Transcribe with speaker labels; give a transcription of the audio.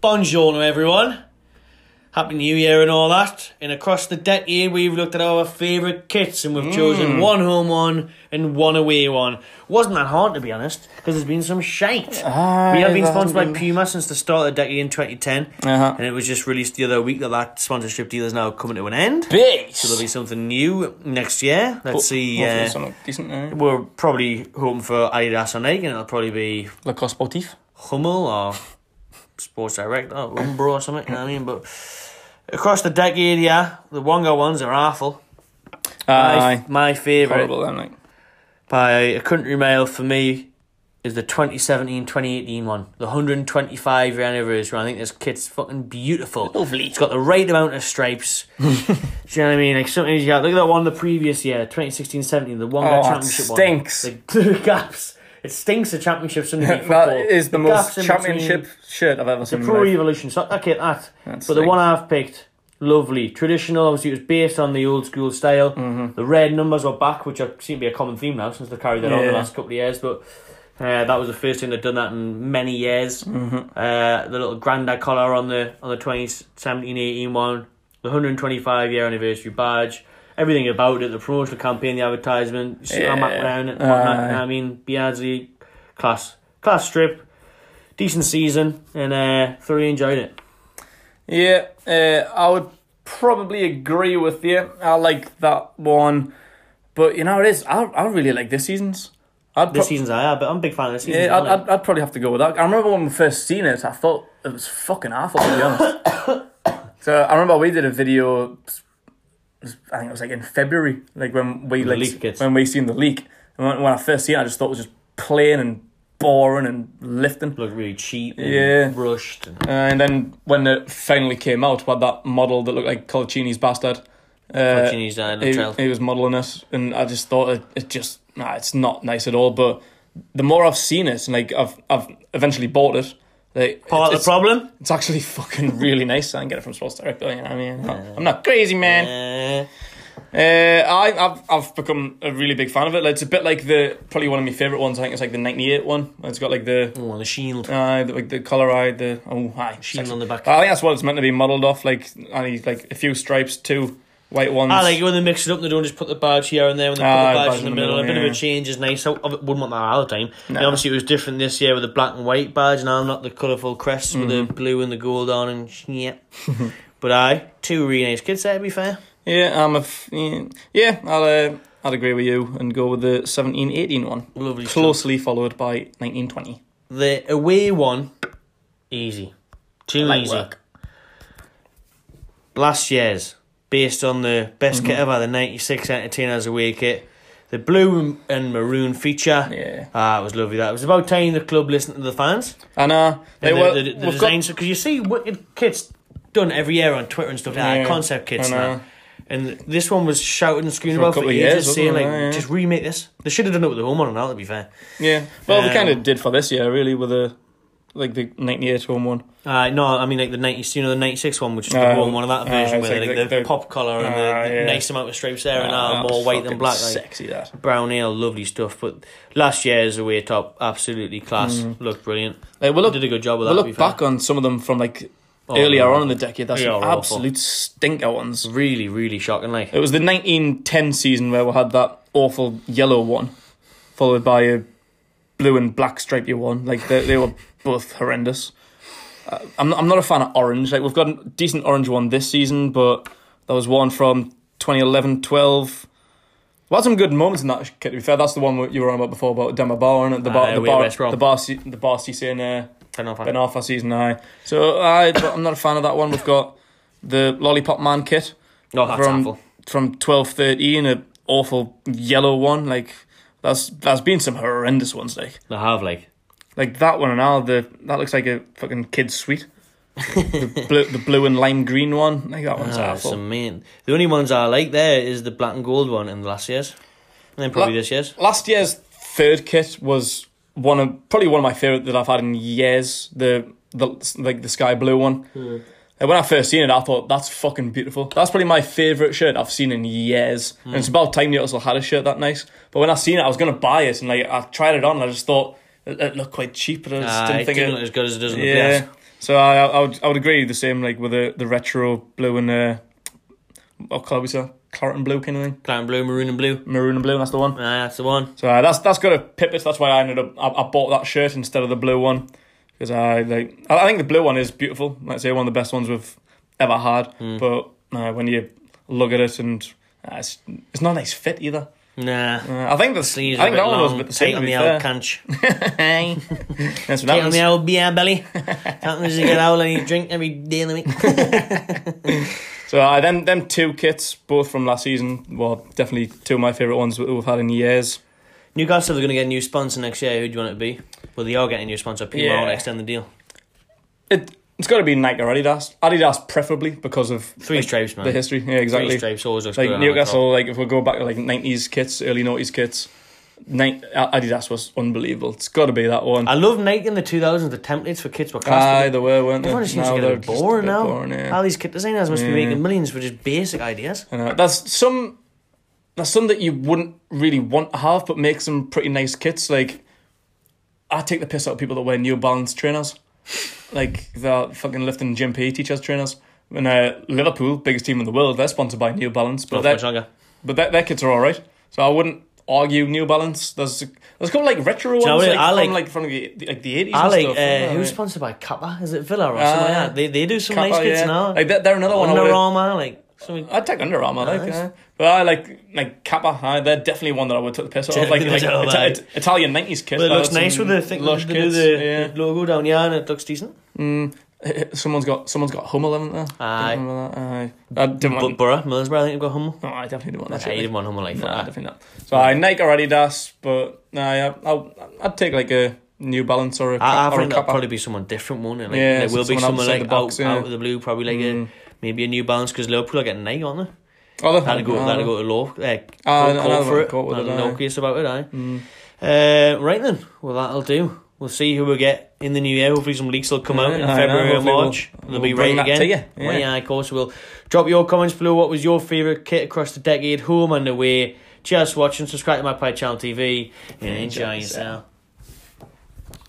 Speaker 1: Bonjour, everyone. Happy New Year and all that. And across the debt here, we've looked at our favourite kits and we've
Speaker 2: Mm.
Speaker 1: chosen one home one and one away one. Wasn't that hard, to be honest, because there's been some shite. we have been
Speaker 2: there Ah, hasn't
Speaker 1: sponsored by
Speaker 2: been-
Speaker 1: Puma since the start of the decade in 2010.
Speaker 2: Uh-huh.
Speaker 1: And it was just released the other week that that sponsorship deal is now coming to an end. So there'll
Speaker 2: Bitch.
Speaker 1: be something new next year. Let's see.
Speaker 2: Oh, Hopefully
Speaker 1: Uh,
Speaker 2: something decent. eh?
Speaker 1: we're probably hoping for Adidas or Nike, and it'll probably be
Speaker 2: Lacoste Sportif.
Speaker 1: Hummel or Sports Direct or Umbro or something, you know what I mean? But across the decade, yeah, the Wonga ones are awful.
Speaker 2: Aye.
Speaker 1: My, my favourite
Speaker 2: Horrible, then, like.
Speaker 1: by a country mile for me is the 2017 2018 one, the 125 year anniversary. I think this kit's fucking beautiful.
Speaker 2: Lovely.
Speaker 1: It's got the right amount of stripes. Do you know what I mean? Like sometimes you got look at that one the previous year, 2016 17, the one
Speaker 2: Oh,
Speaker 1: that
Speaker 2: it
Speaker 1: championship
Speaker 2: stinks.
Speaker 1: one. The, the gaps. It stinks the championship Sunday night football.
Speaker 2: That is the
Speaker 1: gaps
Speaker 2: most
Speaker 1: in between-
Speaker 2: championship shirt I've ever seen. in my
Speaker 1: Pro
Speaker 2: life.
Speaker 1: Evolution. So I get that.
Speaker 2: That
Speaker 1: but the
Speaker 2: stinks.
Speaker 1: one I've picked, lovely. Traditional, obviously, it was based on the old school style.
Speaker 2: Mm-hmm.
Speaker 1: The red numbers were back, which are, seem to be a common theme now since they carried that on the
Speaker 2: Yeah.
Speaker 1: last couple of years. But uh, that was the first time they'd done that in many years.
Speaker 2: Mm-hmm.
Speaker 1: Uh, the little grandad collar on the on the 2017 18 one, the 125 year anniversary badge. Everything about it, the promotional campaign, the advertisement, yeah.
Speaker 2: Yeah.
Speaker 1: McLaren, and whatnot,
Speaker 2: Aye.
Speaker 1: you know what I mean, Beardsley, class, class strip, decent season, and uh, thoroughly enjoyed it.
Speaker 2: Yeah, uh, I would probably agree with you. I like that one, but you know it is. I I really like this season's. I'd
Speaker 1: This
Speaker 2: pro-
Speaker 1: season's I but I'm a big fan of this season.
Speaker 2: yeah, I'd, I'd, I'd probably have to go with that. I remember when we first seen it, I thought it was fucking awful to be honest. so I remember we did a video. I think it was like in February, like when we like
Speaker 1: leak gets-
Speaker 2: when we seen the leak. And when, when I first seen it, I just thought it was just plain and boring and lifting.
Speaker 1: Look really cheap, and
Speaker 2: Yeah. Uh,
Speaker 1: rushed. And
Speaker 2: and then when it finally came out, we had that model that looked like Colaccini's bastard. Uh,
Speaker 1: Colaccini's dad, the
Speaker 2: he,
Speaker 1: child.
Speaker 2: he was modelling it, and I just thought it, it just nah, it's not nice at all. But the more I've seen it, and like I've I've eventually bought it, like
Speaker 1: Part of
Speaker 2: it's,
Speaker 1: the problem.
Speaker 2: it's actually fucking really nice. I can get it from Sports Direct, though, you know what I mean? I'm not, I'm not crazy, man.
Speaker 1: Uh,
Speaker 2: Uh, I, I've I've become a really big fan of it. Like, it's a bit like the probably one of my favorite ones. I think it's like the '98 one. It's got like the
Speaker 1: oh, and the shield.
Speaker 2: Aye, the, like the collar eye, the oh aye,
Speaker 1: Sheen on the back.
Speaker 2: I think that's what it's meant to be modelled off. Like, I need like a few stripes, two white ones.
Speaker 1: I Ah, like it when they mix it up. They don't just put the badge here and there. When they put
Speaker 2: Ah,
Speaker 1: the badge in the middle, a bit of
Speaker 2: yeah.
Speaker 1: a change is nice. I I wouldn't want that all the time. And
Speaker 2: No.
Speaker 1: obviously, it was different this year with the black and white badge, and I'm not the colourful crests with the blue and the gold on and sh- yeah. but I two really nice kids there. To be fair,
Speaker 2: Yeah, I'm a f- yeah, yeah. I'll uh, I'd agree with you and go with the 17, 18 one.
Speaker 1: lovely. stuff.
Speaker 2: Closely followed by nineteen twenty.
Speaker 1: The away one, easy. Too
Speaker 2: Light
Speaker 1: easy.
Speaker 2: work.
Speaker 1: Last year's, based on the best kit ever, the 96 Entertainers Away kit. The blue and- and maroon feature.
Speaker 2: Yeah.
Speaker 1: Ah, it was lovely. That it was about time the club listened to the fans.
Speaker 2: And uh, they
Speaker 1: And
Speaker 2: were
Speaker 1: the, the, the
Speaker 2: we've
Speaker 1: designs, because you see wicked kits done every year on Twitter and stuff like
Speaker 2: Yeah,
Speaker 1: that, concept kits
Speaker 2: I
Speaker 1: and that.
Speaker 2: know.
Speaker 1: And this one was shouted and screaming
Speaker 2: For a
Speaker 1: about for
Speaker 2: couple of
Speaker 1: ages,
Speaker 2: years, wasn't
Speaker 1: saying
Speaker 2: it?
Speaker 1: like,
Speaker 2: Yeah, yeah.
Speaker 1: just remake this. They should have done it with the home one and all, to be fair.
Speaker 2: got, yeah. Well, they
Speaker 1: Um,
Speaker 2: kind of did for this year, really, with the like the ninety eight home one.
Speaker 1: Uh, no, I mean like the ninety, you know, the ninety six one, which is the
Speaker 2: Uh,
Speaker 1: warm one of that
Speaker 2: uh,
Speaker 1: version,
Speaker 2: it's
Speaker 1: where
Speaker 2: like
Speaker 1: like,
Speaker 2: the-
Speaker 1: the,
Speaker 2: the-
Speaker 1: pop collar and
Speaker 2: Ah,
Speaker 1: the
Speaker 2: yeah.
Speaker 1: nice amount of stripes there, and
Speaker 2: Ah,
Speaker 1: uh, more white
Speaker 2: fucking
Speaker 1: than black, like
Speaker 2: Sexy that. Uh,
Speaker 1: brown ale, lovely stuff. But last year's away top, absolutely class, looked brilliant.
Speaker 2: Like, we look,
Speaker 1: Did a good job with that.
Speaker 2: we
Speaker 1: to
Speaker 2: Mm.
Speaker 1: be
Speaker 2: look
Speaker 1: fair.
Speaker 2: back on some of them from like earlier
Speaker 1: no.
Speaker 2: on in the decade. That's
Speaker 1: They
Speaker 2: some
Speaker 1: are awful.
Speaker 2: absolute stink out ones.
Speaker 1: really, really shocking. Like
Speaker 2: It was the 1910 season where we had that awful yellow one, followed by a blue and black stripy one. Like they, they were both horrendous. Uh, I'm I'm not a fan of orange. Like we've got a decent orange one this season, but there was one from 2011-12. We had some good moments in that. kit, To be fair, that's the one you were on about before about Dema Bar and the bar,
Speaker 1: Aye,
Speaker 2: the,
Speaker 1: we-
Speaker 2: bar,
Speaker 1: West Brom.
Speaker 2: the bar, se- the bar, CC and uh,
Speaker 1: ten off.
Speaker 2: Ben Arfa season high. So I, but I'm not a fan of that one. We've got the Lollipop Man kit
Speaker 1: No, that's
Speaker 2: from
Speaker 1: awful.
Speaker 2: from twelve thirteen, an awful yellow one. Like that's that's been some horrendous ones. Like
Speaker 1: They have like
Speaker 2: like that one and all the that looks like a fucking kid's sweet. the, blue, the blue and lime green one. Like that one's
Speaker 1: ah,
Speaker 2: awful.
Speaker 1: some mean. The only ones I like there is the black and gold one and last year's, and then probably
Speaker 2: Bla-
Speaker 1: this year's.
Speaker 2: Last year's third kit was one of probably one of my favorite that I've had in years. The the like the sky blue one.
Speaker 1: Hmm.
Speaker 2: And when I first seen it, I thought that's fucking beautiful. That's probably my favorite shirt I've seen in years. And
Speaker 1: Hmm.
Speaker 2: it's about time Newcastle had a shirt that nice. But when I seen it, I was gonna buy it, and like I tried it on, and I just thought it, it looked quite cheap, but I just
Speaker 1: Ah,
Speaker 2: didn't
Speaker 1: it
Speaker 2: think
Speaker 1: didn't
Speaker 2: it.
Speaker 1: look as good as it does in the
Speaker 2: yeah.
Speaker 1: past.
Speaker 2: So I, I would I would agree the same like with the, the retro blue and uh, what colour was that? Claret and blue kind of thing,
Speaker 1: Clan blue, maroon, and blue.
Speaker 2: maroon and blue. That's the one.
Speaker 1: Ah, that's the one.
Speaker 2: So uh, that's that's got a pipit. That's why I ended up I, I bought that shirt instead of the blue one because I like I, I think the blue one is beautiful. Let's say one of the best ones we've ever had.
Speaker 1: Hmm.
Speaker 2: But uh, when you look at it and uh, it's it's not a nice fit either.
Speaker 1: Nah.
Speaker 2: Uh, I think the
Speaker 1: Sleeves are a
Speaker 2: I
Speaker 1: bit
Speaker 2: think that one was a
Speaker 1: long.
Speaker 2: bit the
Speaker 1: Tight
Speaker 2: same.
Speaker 1: on
Speaker 2: to be
Speaker 1: the old
Speaker 2: fair.
Speaker 1: conch.
Speaker 2: That's what
Speaker 1: Tight on
Speaker 2: happens.
Speaker 1: the old beer belly. Happens as you get old and you drink every day of the week.
Speaker 2: So uh, them them two kits, both from last season, well, definitely two of my favourite ones that we've had in years.
Speaker 1: Newcastle are going to get a new sponsor next year. Who do you want it to be? Well, they are getting a new sponsor. Puma
Speaker 2: Yeah.
Speaker 1: want to extend the deal.
Speaker 2: It it's got to be Nike or Adidas. Adidas preferably because of
Speaker 1: Three
Speaker 2: like,
Speaker 1: stripes, man.
Speaker 2: the history. Yeah,
Speaker 1: Three
Speaker 2: exactly.
Speaker 1: stripes always looks
Speaker 2: Like
Speaker 1: good on that
Speaker 2: Newcastle, like if we go back to like nineties kits, early noughties kits, Nike, Adidas was unbelievable. It's got to be that one.
Speaker 1: top. I love Nike in the 2000s. The templates for kids were
Speaker 2: Aye,
Speaker 1: classic.
Speaker 2: they were, weren't they?
Speaker 1: Everyone just seems
Speaker 2: Now
Speaker 1: to get a
Speaker 2: they're
Speaker 1: bit
Speaker 2: just a
Speaker 1: boring
Speaker 2: bit
Speaker 1: now.
Speaker 2: boring, yeah.
Speaker 1: All these kid designers must
Speaker 2: Yeah.
Speaker 1: be making millions for just basic ideas.
Speaker 2: I know. That's some. That's some that you wouldn't really want to have, but makes some pretty nice kits. Like, I take the piss out of people that wear New Balance trainers, like they're fucking lifting gym PE E teachers trainers. And uh, Liverpool, biggest team in the world, they're sponsored by New Balance, but
Speaker 1: Not for
Speaker 2: their
Speaker 1: much longer.
Speaker 2: but their, their kits are all right. So I wouldn't argue New Balance. There's a, there's a couple like retro ones,
Speaker 1: you know what
Speaker 2: like,
Speaker 1: I
Speaker 2: from
Speaker 1: like?
Speaker 2: like from the the- like the eighties.
Speaker 1: I like,
Speaker 2: stuff.
Speaker 1: uh,
Speaker 2: Yeah,
Speaker 1: who's
Speaker 2: like-
Speaker 1: sponsored by Kappa? Is it Villa or something like
Speaker 2: Ah.
Speaker 1: that? They, they do some nice
Speaker 2: Kappa,
Speaker 1: kits
Speaker 2: yeah.
Speaker 1: now.
Speaker 2: Like they're, they're another one. I
Speaker 1: Under
Speaker 2: would've-
Speaker 1: Armour, like something.
Speaker 2: I'd take Under Armour, like,
Speaker 1: Nice.
Speaker 2: yeah. but I like like Kappa. I, they're definitely one that I would take the piss off. Like,
Speaker 1: Definitely
Speaker 2: like
Speaker 1: the piss
Speaker 2: Ita-
Speaker 1: off,
Speaker 2: It- Italian nineties kit.
Speaker 1: But it
Speaker 2: uh,
Speaker 1: looks
Speaker 2: some
Speaker 1: nice with the thing.
Speaker 2: lush
Speaker 1: they do
Speaker 2: kits.
Speaker 1: the,
Speaker 2: yeah.
Speaker 1: the logo down here, and it looks decent.
Speaker 2: Mm, someone's got someone's got Hummel, haven't they?
Speaker 1: Aye.
Speaker 2: Don't remember that. Aye. I didn't
Speaker 1: But
Speaker 2: want.
Speaker 1: Borough, Middlesbrough, I think they've got Hummel.
Speaker 2: No, I definitely didn't want that.
Speaker 1: Yeah, you
Speaker 2: shit.
Speaker 1: didn't want Hummel like
Speaker 2: No,
Speaker 1: that.
Speaker 2: definitely not. So I Nike or Adidas, but nah, yeah, I'll, I'd take like a New Balance or a,
Speaker 1: I,
Speaker 2: Ka-
Speaker 1: I
Speaker 2: or a
Speaker 1: think that'll
Speaker 2: Kappa.
Speaker 1: probably be someone different, won't it? Like,
Speaker 2: Yeah,
Speaker 1: there
Speaker 2: so
Speaker 1: will be
Speaker 2: someone
Speaker 1: someone
Speaker 2: outside
Speaker 1: like
Speaker 2: the box,
Speaker 1: out,
Speaker 2: yeah. Mm.
Speaker 1: out of the blue, probably like a maybe a New Balance because Liverpool are getting Nike, aren't they?
Speaker 2: Oh,
Speaker 1: That'll go, that'll go to law. Uh,
Speaker 2: Ah,
Speaker 1: court
Speaker 2: another
Speaker 1: for
Speaker 2: one,
Speaker 1: it.
Speaker 2: court with it,
Speaker 1: That'll
Speaker 2: aye. Mm.
Speaker 1: no case about it, aye. Uh, right then, well that'll do. We'll see who we get in the new year. Hopefully, some leaks will come out in
Speaker 2: Yeah, I know,
Speaker 1: February or
Speaker 2: hopefully we'll-
Speaker 1: March. and They'll
Speaker 2: we'll
Speaker 1: be
Speaker 2: bring
Speaker 1: right
Speaker 2: that
Speaker 1: again.
Speaker 2: to you,
Speaker 1: Well,
Speaker 2: yeah.
Speaker 1: yeah, of course. We'll drop your comments below. What was your favourite kit across the decade, home and away? Just watching. Subscribe to my Pie Channel TV and enjoy
Speaker 2: yourself.
Speaker 1: yourself.